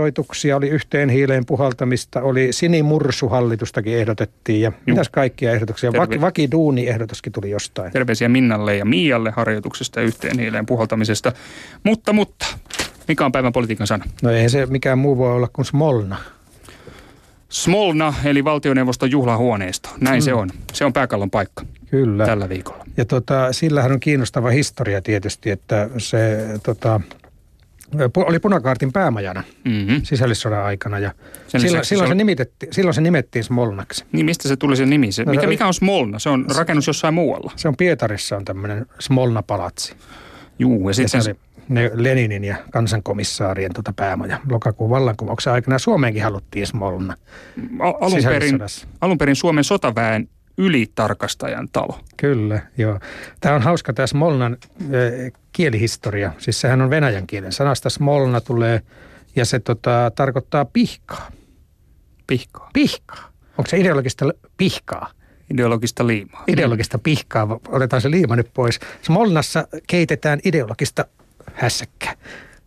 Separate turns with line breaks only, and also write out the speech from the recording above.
harjoituksia, oli yhteen hiileen puhaltamista, oli sinimursuhallitustakin ehdotettiin ja Juh. mitäs kaikkia ehdotuksia. Vaki,
Terve.
vakiduuni-ehdotuskin tuli jostain.
Terveisiä Minnalle ja Mialle harjoituksesta ja yhteen hiileen puhaltamisesta. Mutta, mutta, mikä on päivän politiikan sana?
No eihän se mikään muu voi olla kuin Smolna.
Smolna, eli valtioneuvoston juhlahuoneisto. Näin mm. se on. Se on pääkallon paikka
Kyllä.
tällä viikolla.
Ja tota, sillähän on kiinnostava historia tietysti, että se tota, pu- oli punakaartin päämajana
Mm-hmm.
sisällissodan aikana ja
Sen
silloin,
lisäksi
silloin,
se
se
on-
nimitettiin, silloin se nimettiin Smolnaksi.
Niin mistä se tuli se nimi? Se,
No
mikä,
se-
mikä on Smolna? Se on rakennus jossain muualla.
Se on Pietarissa on tämmöinen Smolna-palatsi.
Juu, ja
Ja se
sitten
oli ne Leninin ja kansankomissaarien tota päämaja. Lokakuun vallankumouksen aikana Suomeenkin haluttiin Smolna
al- alun perin,
sisällissodassa.
alun perin Suomen sotaväen ylitarkastajan talo.
Kyllä, joo. Tämä on hauska tämä Smolnan ö, kielihistoria. Siis sehän on venäjän kielen. Sanasta Smolna tulee ja se tota, tarkoittaa pihkaa.
Pihkaa.
Pihkaa. Onko se ideologista l- pihkaa?
Ideologista liimaa.
Ideologista pihkaa. Otetaan se liima nyt pois. Smolnassa keitetään ideologista hässäkkää.